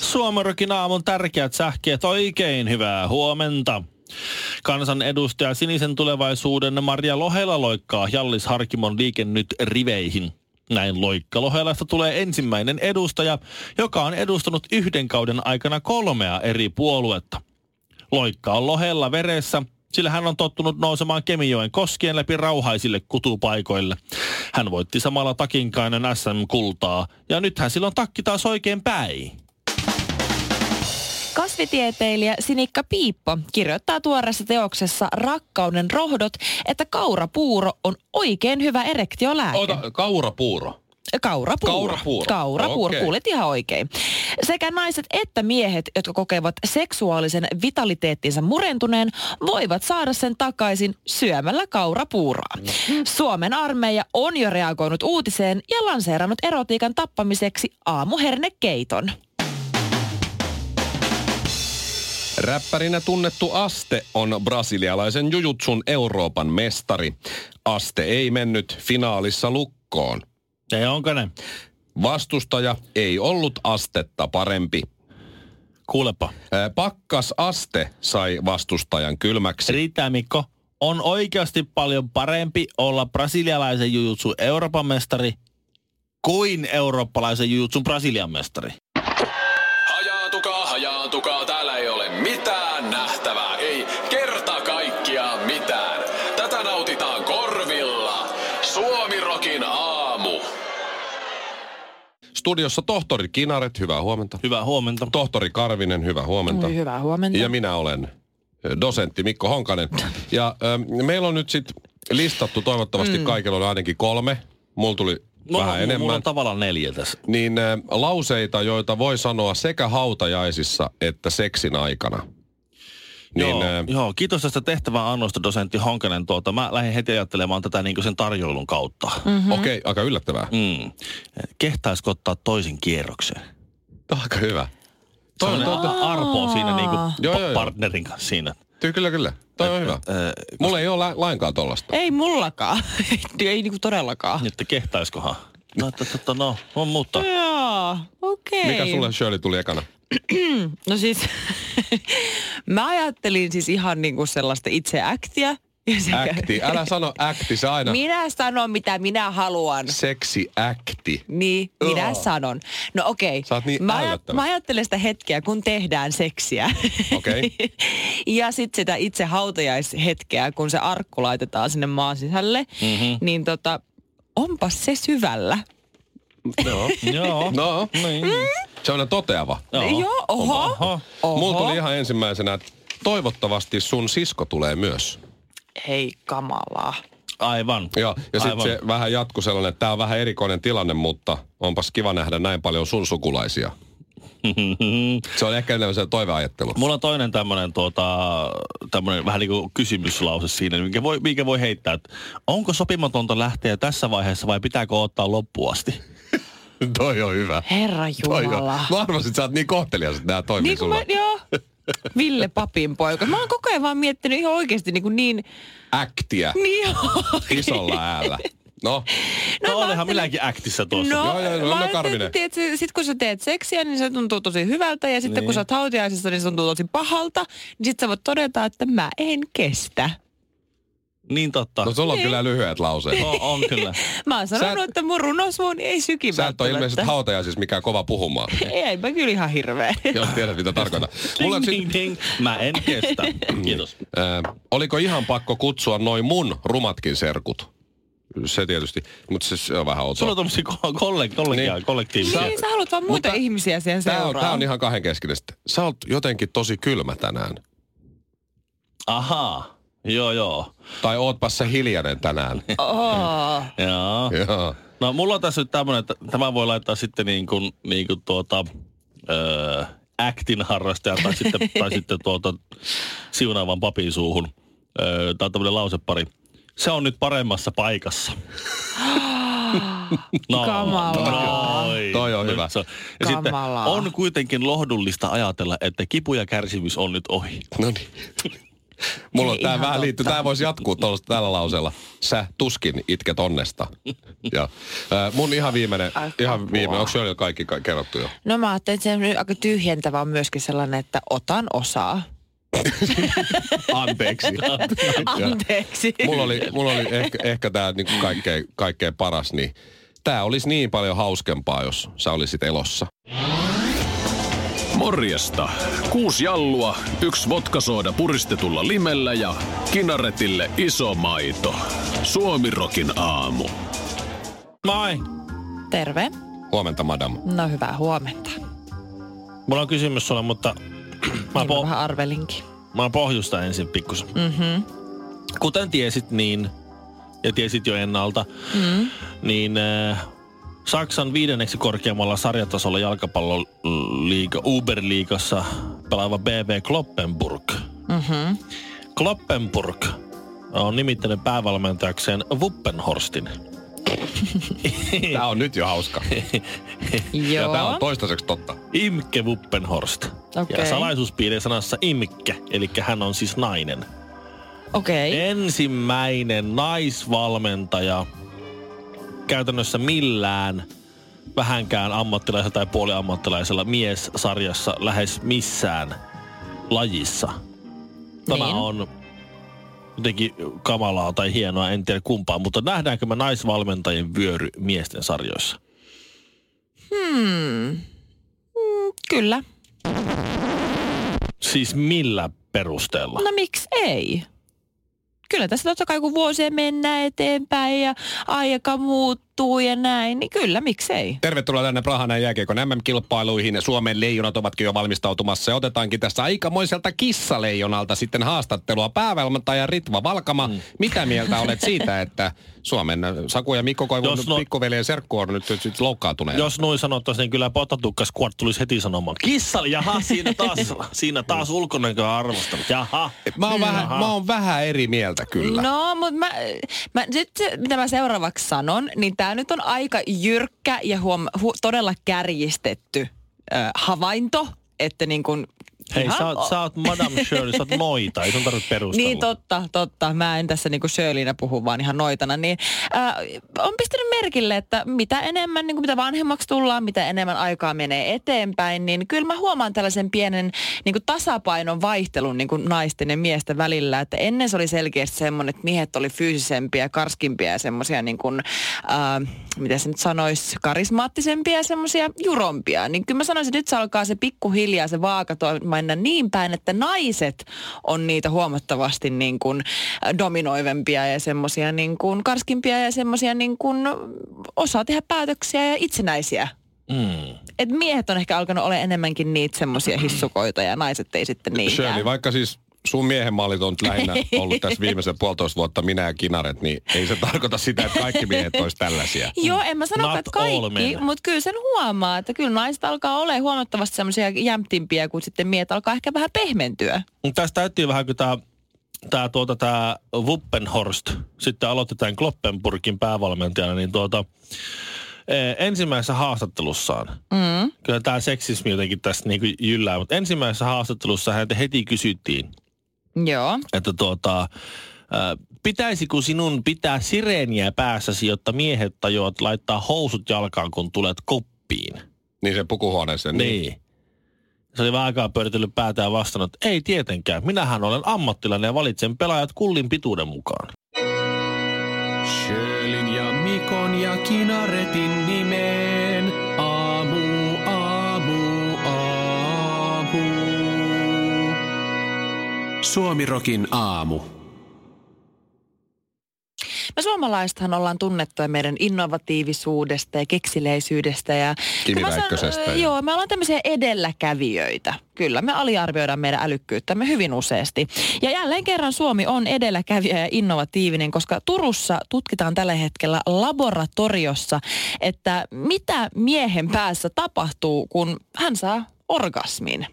Suomarokin aamun tärkeät sähkeet. Oikein hyvää huomenta. Kansan edustaja Sinisen tulevaisuuden Maria Lohela loikkaa Jallis Harkimon liike nyt riveihin. Näin Loikka Lohelasta tulee ensimmäinen edustaja, joka on edustanut yhden kauden aikana kolmea eri puoluetta. Loikka on Lohella veressä, sillä hän on tottunut nousemaan Kemijoen koskien läpi rauhaisille kutupaikoille. Hän voitti samalla takinkainen SM-kultaa, ja nythän silloin takki taas oikein päin. Kasvitieteilijä Sinikka Piippo kirjoittaa tuoreessa teoksessa Rakkauden rohdot, että kaurapuuro on oikein hyvä erektiolääke. Ota, kaurapuuro. Kaurapuuro. Kaurapuuro. Kaurapuuro, Okei. kuulit ihan oikein. Sekä naiset että miehet, jotka kokevat seksuaalisen vitaliteettinsa murentuneen, voivat saada sen takaisin syömällä kaurapuuroa. No. Suomen armeija on jo reagoinut uutiseen ja lanseerannut erotiikan tappamiseksi aamuhernekeiton. Räppärinä tunnettu Aste on brasilialaisen jujutsun Euroopan mestari. Aste ei mennyt finaalissa lukkoon. Ei onko ne? Vastustaja ei ollut astetta parempi. Kuulepa. Ää, Pakkas Aste sai vastustajan kylmäksi. Riittää Mikko. On oikeasti paljon parempi olla brasilialaisen jujutsun Euroopan mestari kuin eurooppalaisen jujutsun Brasilian mestari. Hajaatukaa, hajaatukaa, täällä ei ole mitään nähtävää, ei kerta kaikkiaan mitään. Tätä nautitaan korvilla. Suomirokin aamu. Studiossa tohtori Kinaret, hyvää huomenta. Hyvää huomenta. Tohtori Karvinen, hyvää huomenta. Oi, hyvää huomenta. Ja minä olen ö, dosentti Mikko Honkanen. Ja ähm, meillä on nyt sitten listattu, toivottavasti mm. kaikilla on ainakin kolme. Mulla tuli No, vähän mulla, enemmän. Mulla on tavallaan neljä tässä. niin äh, lauseita, joita voi sanoa sekä hautajaisissa että seksin aikana. Niin, joo, äh, joo, kiitos tästä tehtävän annosta, dosentti Honkanen. Tuota, mä lähden heti ajattelemaan tätä niin sen tarjoilun kautta. Mm. okei, okay, aika yllättävää. Mm. Kehtaisiko ottaa toisen kierroksen? Tämä on aika hyvä. Toi on, Sellainen toi, toi, Arpo on siinä niin kuin Joo, joo, joo. partnerin kanssa siinä. toi, kyllä, kyllä. Toi on hyvä. Äh, Mulla ei ole la- lainkaan tollasta. Ei mullakaan. ei, ei niinku todellakaan. että kehtaiskohan? No, että, että, no, on mutta. Joo, okei. Mikä sulle Shirley tuli ekana? No siis, mä ajattelin siis ihan niinku sellaista itse äktiä. Ja sekä- Äkti. Älä sano äkti, se aina. Minä sanon, mitä minä haluan. Seksi äkti. Niin, minä Joo. sanon. No okei. Sä oot niin mä, ajat- ällöttävä. mä ajattelen sitä hetkeä, kun tehdään seksiä. Okei. ja sitten sitä itse hautajaishetkeä, kun se arkku laitetaan sinne maan sisälle. Mm-hmm. Niin tota, onpas se syvällä. No. Joo. No, Niin. se on toteava. Joo. Niin Joo, oho. Oho. oho. Mulla tuli ihan ensimmäisenä, että toivottavasti sun sisko tulee myös. Hei, kamalaa. Aivan. Joo, ja sitten Aivan. se vähän jatku sellainen, että tämä on vähän erikoinen tilanne, mutta onpas kiva nähdä näin paljon sun sukulaisia. Se on ehkä enemmän se toiveajattelu. Mm-hmm. Mulla on toinen tämmönen, tuota, tämmönen vähän niin kuin kysymyslause siinä, minkä voi, minkä voi heittää, että onko sopimatonta lähteä tässä vaiheessa vai pitääkö ottaa loppuun asti? Toi on hyvä. Herra Toi on. Jumala. Mä arvasin, että sä oot niin kohtelias, että nämä toimii Niin kuin sulla. mä, joo. Ville Papin poika. Mä oon koko ajan vaan miettinyt ihan oikeasti niin, kuin niin, Äktiä niin isolla äällä. No, No, no mä olenhan ajattelin- minäkin äktissä tuossa. Joo, joo, joo, no mä ajattelin, Karvinen. että tiedätkö, sit kun sä teet seksiä, niin se tuntuu tosi hyvältä. Ja sitten niin. kun sä oot hautajaisissa, niin se tuntuu tosi pahalta. Niin sit sä voit todeta, että mä en kestä. Niin totta. no sulla on kyllä lyhyet Niin. lauseet. on, on kyllä. Mä oon sanonut, Sä- että mun runosvuoni ei sykin Sä et ole ilmeisesti välttämättä. hautajaisissa mikään kova puhumaan, Ei, mä kyllä ihan hirveä. jos tiedät mitä tarkoitan. Niin. Mulla on sit, ding, ding. Mä en kestä. Mm. Kiitos. äh, oliko ihan pakko kutsua noin mun rumatkin serkut? Se tietysti, mutta se, se on vähän outoa. Sulla on tommosia ko- kolle, kollegia, Niin. kollektiivisia. Niin, sä haluat vaan muita Mutta- ihmisiä siihen Tää on, seuraan. tää on ihan kahdenkeskinen. Sä oot jotenkin tosi kylmä tänään. Ahaa. Joo, joo. Tai ootpas sä hiljainen tänään. Oh. Joo. Joo. No mulla on tässä nyt tämmönen, että tämä voi laittaa sitten niin kuin, niin kuin tuota, öö, actin harrastaja tai sitten, tai sitten tuota, siunaavan papin suuhun. Öö, tämä on tämmöinen lausepari. Se on nyt paremmassa paikassa. No, Kamalaa. noi. Toi on Nyt hyvä. se on. Ja sitten Kamalaa. on kuitenkin lohdullista ajatella, että kipu ja kärsimys on nyt ohi. No niin. Mulla on Ei tää ihan vähän totta. liittyy, tää voisi jatkuu tuolla, tällä lauseella. Sä tuskin itket onnesta. Ja, ää, mun ihan viimeinen, Ai ihan apua. viimeinen, onko se jo kaikki ka- kerrottu jo? No mä ajattelin, että se on aika tyhjentävä on myöskin sellainen, että otan osaa. Anteeksi. Anteeksi. mulla oli, mulla oli ehkä, ehkä tämä niinku kaikkein, kaikkein paras, niin tämä olisi niin paljon hauskempaa, jos sä olisit elossa. Morjesta. Kuusi jallua, yksi vodkasooda puristetulla limellä ja kinaretille iso maito. Suomirokin aamu. Moi! Terve. Huomenta, madam. No hyvää huomenta. Mulla on kysymys sulle, mutta mä, Niin mä po- vähän arvelinkin. mä pohjustan ensin pikkusen. Mhm. Kuten tiesit niin, ja tiesit jo ennalta, Mm. niin äh, Saksan viidenneksi korkeammalla sarjatasolla äh, jalkapalloliiga Uberliigassa pelaava BB Kloppenburg. Mhm. Kloppenburg on nimittänyt päävalmentajakseen Wuppenhorstin. Tää on nyt jo hauska. Ja tää on Joo. toistaiseksi totta. Imke Wuppenhorst. Ja Okei. salaisuuspiirin sanassa Imke, eli hän on siis nainen. Okei. ensimmäinen naisvalmentaja käytännössä millään vähänkään ammattilaisella tai puoliammattilaisella miessarjassa lähes missään lajissa. Tämä Niin. on jotenkin kamalaa tai hienoa, en tiedä kumpaa, mutta nähdäänkö me naisvalmentajien vyöry miesten sarjoissa? Hmm. Mm, kyllä. Siis millä perusteella? No miksi ei? Kyllä tässä totta kai kun vuosia mennään eteenpäin ja aika muuttuu ja näin, niin kyllä miksei. Tervetuloa tänne Prahan jääkiekon MM-kilpailuihin. Suomen leijonat ovatkin jo valmistautumassa ja otetaankin tässä aikamoiselta kissaleijonalta sitten haastattelua. Päävalmentaja Ritva Valkama, mm. mitä mieltä olet siitä, että Suomen Saku ja Mikko Koivun Jos no- pikkuveljen serkku on nyt, nyt, nyt loukkaantuneena? Jos noin sanottaisiin, niin kyllä potatukka squad tulisi heti sanomaan. Kissali, jaha, siinä taas, siinä taas ulkonäkö arvostanut, jaha. Mä oon, vähän, mä oon vähän eri mieltä kyllä. No, mutta mä, mä, nyt se, mitä mä seuraavaksi sanon, niin tämä nyt on aika jyrkkä ja huom, hu, todella kärjistetty ö, havainto, että niin kun, Hei, ihan sä, oot- o- sä oot Madame Shirley, sä oot noita, ei sun tarvitse perustella. Niin totta, totta. Mä en tässä niinku Shirleyna puhu, vaan ihan noitana. Niin, äh, on pistänyt merkille, että mitä enemmän, niinku, mitä vanhemmaksi tullaan, mitä enemmän aikaa menee eteenpäin, niin kyllä mä huomaan tällaisen pienen niinku, tasapainon vaihtelun niinku, naisten ja miesten välillä. Että ennen se oli selkeästi semmoinen, että miehet oli fyysisempiä, karskimpia ja semmoisia, niinku, äh, mitä se nyt sanoisi, karismaattisempia ja semmoisia jurompia. Niin kyllä mä sanoisin, että nyt se alkaa se pikkuhiljaa se vaaka to- mennä niin päin, että naiset on niitä huomattavasti niin kuin äh, dominoivempia ja semmoisia niin kuin karskimpia ja semmoisia niin kuin osaa tehdä päätöksiä ja itsenäisiä. Mm. Et miehet on ehkä alkanut olla enemmänkin niitä semmoisia hissukoita ja naiset ei sitten niinkään. Shirley, vaikka siis sun miehen mallit on nyt lähinnä ollut tässä viimeisen puolitoista vuotta minä ja kinaret, niin ei se tarkoita sitä, että kaikki miehet olisi tällaisia. Joo, en mä sano, Not että all kaikki, men. mutta kyllä sen huomaa, että kyllä naiset alkaa olla huomattavasti semmoisia jämptimpiä, kun sitten miehet alkaa ehkä vähän pehmentyä. Mut Tästä täytyy vähän, kun tää, tää, tuota, tää Wuppenhorst sitten aloitetaan Kloppenburgin päävalmentajana, niin tuota, eh, ensimmäisessä haastattelussaan, Mm. kyllä tämä seksismi jotenkin tässä niinku jyllää, mutta ensimmäisessä haastattelussa häntä heti kysyttiin, Joo. että tuota, ää, pitäisikö sinun pitää sireeniä päässäsi, jotta miehet tajuat laittaa housut jalkaan, kun tulet koppiin? Niin se pukuhuoneeseen. Niin. Se oli vähän aikaa pyöritellyt päätään vastannut, että ei tietenkään, minähän olen ammattilainen ja valitsen pelaajat kullin pituuden mukaan. Sjölin ja Mikon ja Kinaretin nimeen. Aamu, aamu, aamu. Suomirokin aamu. Me suomalaisethan ollaan tunnettuja meidän innovatiivisuudesta ja keksileisyydestä. Ja Kiviräikkösestä Mä sanon, ja- Joo, me ollaan tämmöisiä edelläkävijöitä. Kyllä, me aliarvioidaan meidän älykkyyttämme hyvin useasti. Ja jälleen kerran Suomi on edelläkävijä ja innovatiivinen, koska Turussa tutkitaan tällä hetkellä laboratoriossa, että mitä miehen päässä tapahtuu, kun hän saa orgasmin.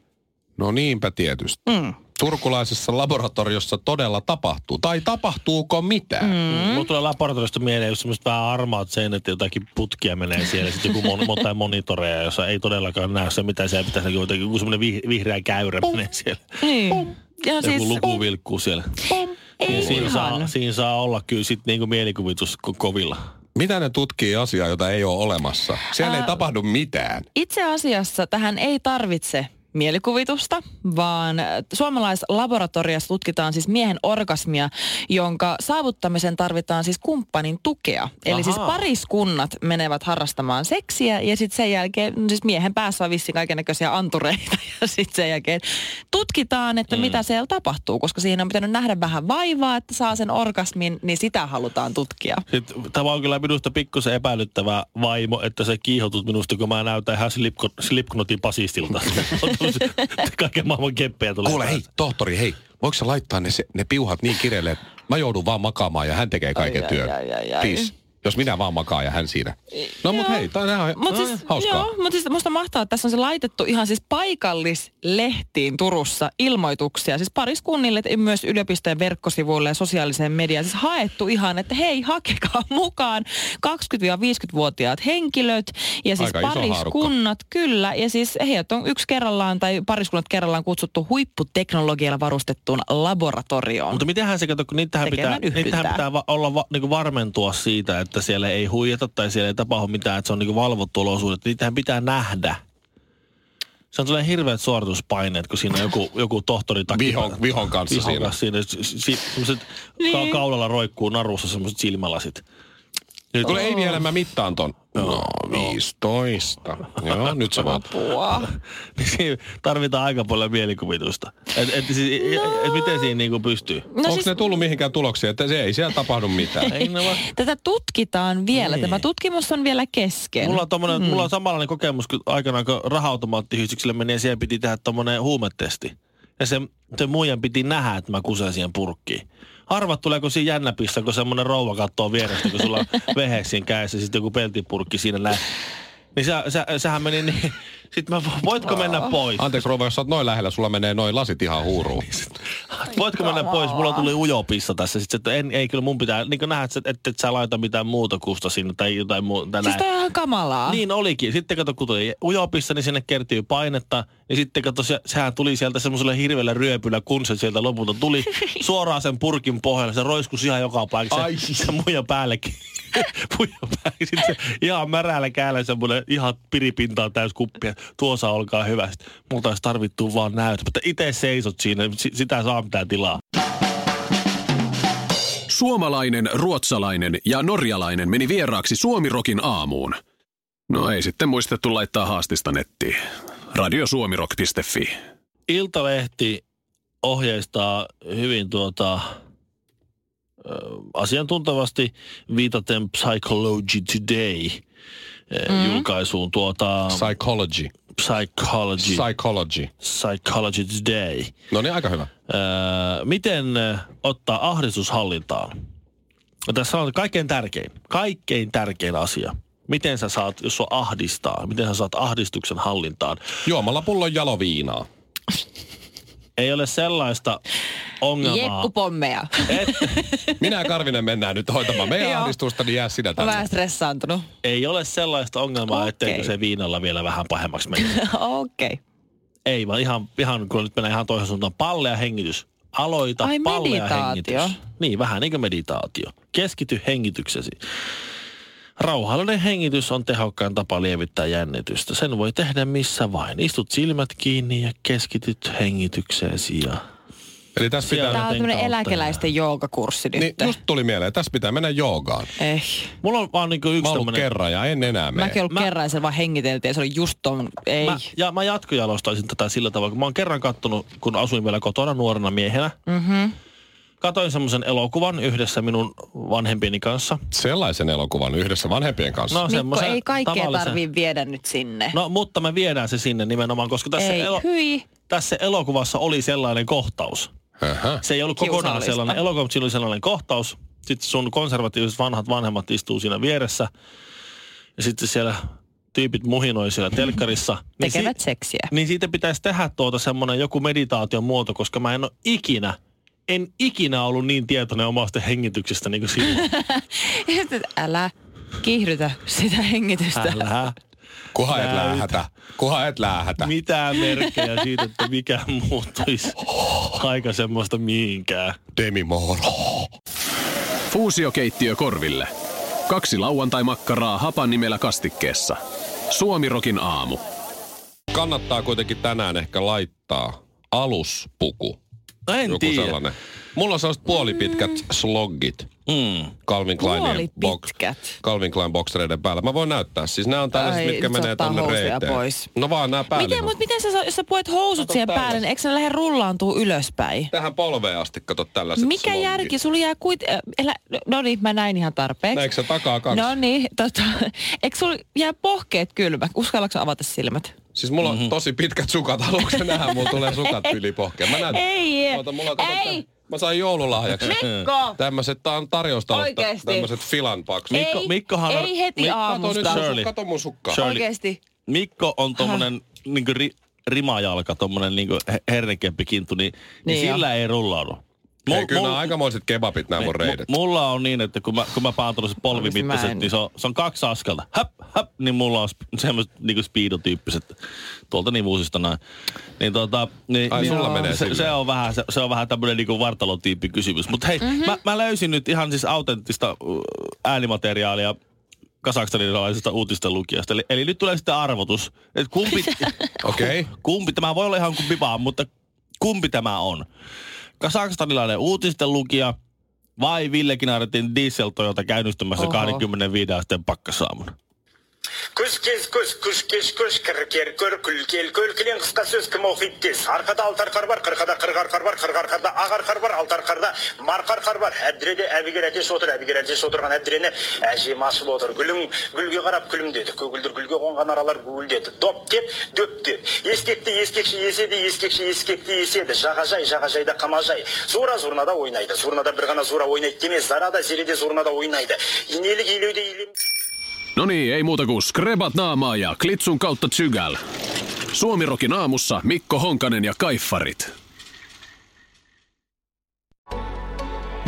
No niinpä tietysti. Mm. Turkulaisessa laboratoriossa todella tapahtuu. Tai tapahtuuko mitään? Mm. Mm. Mulla tulee laboratoriosta mieleen, jos semmoiset vähän armaat seinät, ja jotakin putkia menee siellä, sitten joku mon, monta monitoreja, jossa ei todellakaan näe se, mitä siellä pitäisi näkyä, joku semmoinen vih, vihreä käyrä menee siellä. Niin. Ja Joku No siis, siis, luku vilkkuu siellä. ei Ja siinä, saa, ihan. siinä saa olla kyllä sitten niinku mielikuvitus ko- kovilla. Mitä ne tutkii asiaa, jota ei ole olemassa? Siellä ei Ää, tapahdu mitään. Itse asiassa tähän ei tarvitse mielikuvitusta, vaan äh, suomalaislaboratoriossa tutkitaan siis miehen orgasmia, jonka saavuttamisen tarvitaan siis kumppanin tukea. Eli Ahaa. siis pariskunnat menevät harrastamaan seksiä ja sitten sen jälkeen, no siis miehen päässä on vissiin kaikennäköisiä antureita ja sitten sen jälkeen tutkitaan, että mm. mitä siellä tapahtuu, koska siihen on pitänyt nähdä vähän vaivaa, että saa sen orgasmin, niin sitä halutaan tutkia. Sitten tämä on kyllä minusta pikkusen epäilyttävä vaimo, että sä kiihotut minusta, kun mä näytän ihan Slipko- Slipknotin pasistilta. On tämmöset- Kaiken maailman keppejä tulee. Kuule, hei, päästä. tohtori, hei. Voiko sä laittaa ne, se, ne piuhat niin kireelle, että mä joudun vaan makaamaan ja hän tekee kaiken ai, työn. ai, ai, ai. Please. Jos minä vaan makaan ja hän siinä. No mut Joo. hei, tää nää on Mut nää on siis, hauskaa. Joo, mutta siis musta mahtaa, että tässä on se laitettu ihan siis paikallislehtiin Turussa ilmoituksia. Siis pariskunnille, että myös yliopistojen verkkosivuille ja sosiaaliseen mediaan. Siis haettu ihan, että hei, hakekaa mukaan 20-50-vuotiaat henkilöt ja siis Aika iso pariskunnat, kyllä. Ja siis heidät on yksi kerrallaan tai pariskunnat kerrallaan kutsuttu huipputeknologialla varustettuun laboratorioon. Mutta mitenhän se, kato, kun niitähän pitää, Tekemään niitähän yhdyntää. pitää va- olla va- niinku varmentua siitä, että siellä ei huijata tai siellä ei tapahdu mitään, että se on niinku valvottu olosuudet. Niitähän pitää nähdä. Se on tulee hirveät suorituspaineet, kun siinä on joku, joku tohtori takia. Vihon, vihon kanssa Vihon siinä. kanssa siinä. Si- si- semmoset Niin. ka- kaulalla roikkuu narussa semmoiset silmälasit. Nyt Kuule, ei vielä mä mittaan ton. No, 15. Joo, nyt sä voit. Apua. Niin Siinä tarvitaan aika paljon mielikuvitusta. Et, et, siis, no. et miten siinä niinku pystyy? No Onko ne tullut mihinkään tuloksiin, että se ei siellä tapahdu mitään? Ei ne vaan. Tätä tutkitaan vielä. Niin. Tämä tutkimus on vielä kesken. Mulla on, tommonen, mm. mulla on samanlainen kokemus, kun aikanaan kun rahautomaattiyhdistykselle meni ja siellä piti tehdä tommonen huumetesti. Ja sen, sen muijan piti nähdä, että mä kusen siihen purkkiin. Harvat tuleeko siinä jännäpissä, kun semmonen rouva kattoo vierestä, kun sulla on vehe siinä kädessä, sitten joku peltipurkki siinä näin. Niin sä, sä, sähän meni niin, sit mä, voitko mennä pois? Anteeksi rouva, jos sä oot noin lähellä, sulla menee noin lasit ihan huuruun. Voitko mennä pois? Mulla tuli ujopissa tässä. Sitten, että en, ei kyllä mun pitää, niin kuin nähdä, että, että et sä laita mitään muuta kusta sinne tai jotain muuta. Siis näin. toi on ihan kamalaa. Niin olikin. Sitten kato, kun tuli ujopissa, niin sinne kertyy painetta. Ja sitten kato, se, sehän tuli sieltä semmoisella hirveällä ryöpyllä, kun se sieltä lopulta tuli suoraan sen purkin pohjalle. Se roiskus ihan joka paikassa. Ai. siis. Se, se muija päällekin. muija päälle. Sitten se ihan märällä käällä semmoinen ihan piripintaan täys kuppi. ja Tuossa olkaa hyvä. Sitten multa olisi tarvittu vaan näytä. Mutta itse seisot siinä. Si- sitä saa mitään tilaa. Suomalainen, ruotsalainen ja norjalainen meni vieraaksi Suomirokin aamuun. No ei sitten muistettu laittaa haastista nettiin. Radiosuomirok.fi. Iltalehti ohjeistaa hyvin tuota, ö, asiantuntevasti viitaten Psychology Today mm. julkaisuun tuota Psychology. Psychology, Psychology. Psychology Today. No niin, aika hyvä. Öö, miten ö, ottaa ahdistus hallintaan? No Tässä on kaikkein tärkein, kaikkein tärkein asia. Miten sä saat, jos sua ahdistaa, miten sä saat ahdistuksen hallintaan? Juomalla pullon jaloviinaa. Ei ole sellaista ongelmaa. Jekkupommeja. Et, Minä ja Karvinen mennään nyt hoitamaan meidän Joo. ahdistusta, niin jää Mä sinä oon tänne. vähän stressaantunut. Ei ole sellaista ongelmaa, okay. Okei. etteikö se viinalla vielä vähän pahemmaksi mene. Okei. Okay. Ei, vaan ihan, ihan kun nyt mennään ihan toisen suuntaan. Pallea hengitys. Aloita Ai, pallea meditaatio. hengitys. Niin, vähän niin kuin meditaatio. Keskity hengityksesi. Rauhallinen hengitys on tehokkain tapa lievittää jännitystä. Sen voi tehdä missä vain. Istut silmät kiinni ja keskityt hengitykseesi ja... Eli tässä pitää... Tää on Joten tämmönen kautta. eläkeläisten joogakurssi nyt. Niin, just tuli mieleen, tässä pitää mennä joogaan. Eh. Mulla on vaan niin kuin Mä yksi oon ollut tämmönen... kerran ja en enää mene. Mäkin ollut Mä- mä... kerran ja sen vaan hengiteltiin ja se oli just ton, ei. Mä, ja mä jatkojalostaisin tätä sillä tavalla, kun mä oon kerran kattonut, kun asuin vielä kotona nuorena miehenä. Mm-hmm. Katoin semmoisen elokuvan yhdessä minun vanhempieni kanssa. Sellaisen elokuvan yhdessä vanhempien kanssa. No, Mikko, semmoisen ei kaikkea tavallisen- tarvii viedä nyt sinne. No, mutta me viedään se sinne nimenomaan, koska tässä, ei, elo- Niin hyi. tässä elokuvassa oli sellainen kohtaus. Ähä. Se ei ollut kokonaan Kiusallista. sellainen elokuva, mutta siinä oli sellainen kohtaus. Sitten sun konservatiiviset vanhat vanhemmat istuu siinä vieressä. Ja sitten siellä tyypit muhinoi siellä telkkarissa. Niin tekevät seksiä. niin siitä pitäisi tehdä tuota semmoinen joku meditaation muoto, koska mä en ole ikinä, en ikinä ollut niin tietoinen omasta hengityksestä niin kuin silloin. Ja sitten, Älä kiihdytä sitä hengitystä. Älä Kuha et Näytä. lähetä. Kuha et lähetä. mitään merkkejä siitä, että mikä muuttuisi aika semmoista mihinkään. Demi Moore. Fuusiokeittiö korville. Kaksi lauantai-makkaraa hapan nimellä kastikkeessa. Suomirokin aamu. Kannattaa kuitenkin tänään ehkä laittaa aluspuku. No en Joku tiedä. sellainen. Mulla on sellaiset puolipitkät slogit. Mm. Calvin Kleinin Puolipitkät. Calvin Klein boksereiden päällä. Mä voin näyttää. Siis nämä on tällaiset, Ai, mitkä nyt se menee ottaa tonne housuja reiteen. pois. No vaan nämä päälle. Miten, mut miten sä, saa- jos sä puet housut Kato siihen tällaiset. päälle, niin eikö ne lähde rullaantuu ylöspäin? Tähän polveen asti, kato tällaiset Mikä slogit. järki? Sulla jää kuit... äh, Elä... No niin, mä näin ihan tarpeeksi. Näetkö sä takaa kaksi? No niin, tota, eikö sulla jää pohkeet kylmä? Uskallatko sä avata silmät? Siis mulla on Mhm. tosi pitkät sukat. Haluatko sä nähdä? Mulla tulee sukat yli pohkeen. Mä näytän. Ei, Oota, mulla on, kato, ei. tää- Mä sain joululahjaksi. Mikko! Tämmöiset, tää on tarjoustalosta. Oikeesti. Tämmöiset filan paksut. Mikko- ei, Mikkohan on- ei heti Mikko, Kato nyt, aamusta. sun- Shirley. kato mun sukkaa. Shirley. Oikeesti. Mikko on tommonen niin ri, rimajalka, tommonen niin hernekemppikintu, niin, niin, Niin niin jo. sillä ei rullaudu. Mul- Ei, kyllä mul- nämä aikamoiset kebabit nämä mun reidet. Mu- mulla on niin, että kun mä, kun mä paan tuollaiset Olisi No, mä polvimittaiset, en. niin se on, se on kaksi askelta. Häp, häp, niin mulla on sp- semmoiset niinku speedotyyppiset tuolta nivuusista näin. Niin tota, niin, Ai, niin, sulla menee se, se, silleen. on vähän, se, se on vähän tämmöinen niinku vartalotyyppi kysymys. Mutta hei, Mhm. mm-hmm. mä, mä, löysin nyt ihan siis autenttista uh, äänimateriaalia kasakstanilaisesta uutisten lukijasta. Eli, eli, nyt tulee sitten arvotus, että kumpi, Okei. kumpi, tämä voi olla ihan kumpi vaan, mutta kumpi tämä on? Kasakstanilainen uutisten lukija vai Ville Kinaretin diesel Toyota käynnistymässä Oho. Oho. 25 asteen pakkasaamuna? Көшкес көш көшкеш көш кіркер көр күлкел көлкілең қысқа сөз кім оқиды тез арқада алты арқар бар қырқада қырық арқар бар қырық арқарда ақ арқар бар алты арқарда марқа арқар бар әбдіреде әбігер әтеш отыр әбігер әтеш отырған әбдірені әжем асып отыр гүлің гүлге қарап күлімдеді көгілдір гүлге қонған аралар гуілдеді доп деп дөп деп ескекті ескекші еседі ескекші ескекті еседі жағажай жағажайда қамажай зура зурнада ойнайды зурнада бір ғана зура ойнайды демес зарада зереде зурнада ойнайды инелік илеуде илем No niin, ei muuta kuin skrebat naamaa ja klitsun kautta tsygäl. Suomirokin aamussa Mikko Honkanen ja Kaiffarit.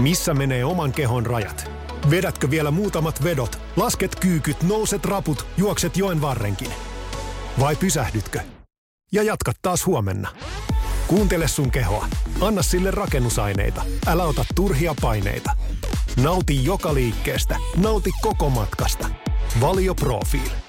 Missä menee oman kehon rajat? Vedätkö vielä muutamat vedot? Lasket kyykyt, nouset raput, juokset joen varrenkin. Vai pysähdytkö? Ja jatka taas huomenna. Kuuntele sun kehoa. Anna sille rakennusaineita. Älä ota turhia paineita. Nauti joka liikkeestä. Nauti koko matkasta. Valio Profiil.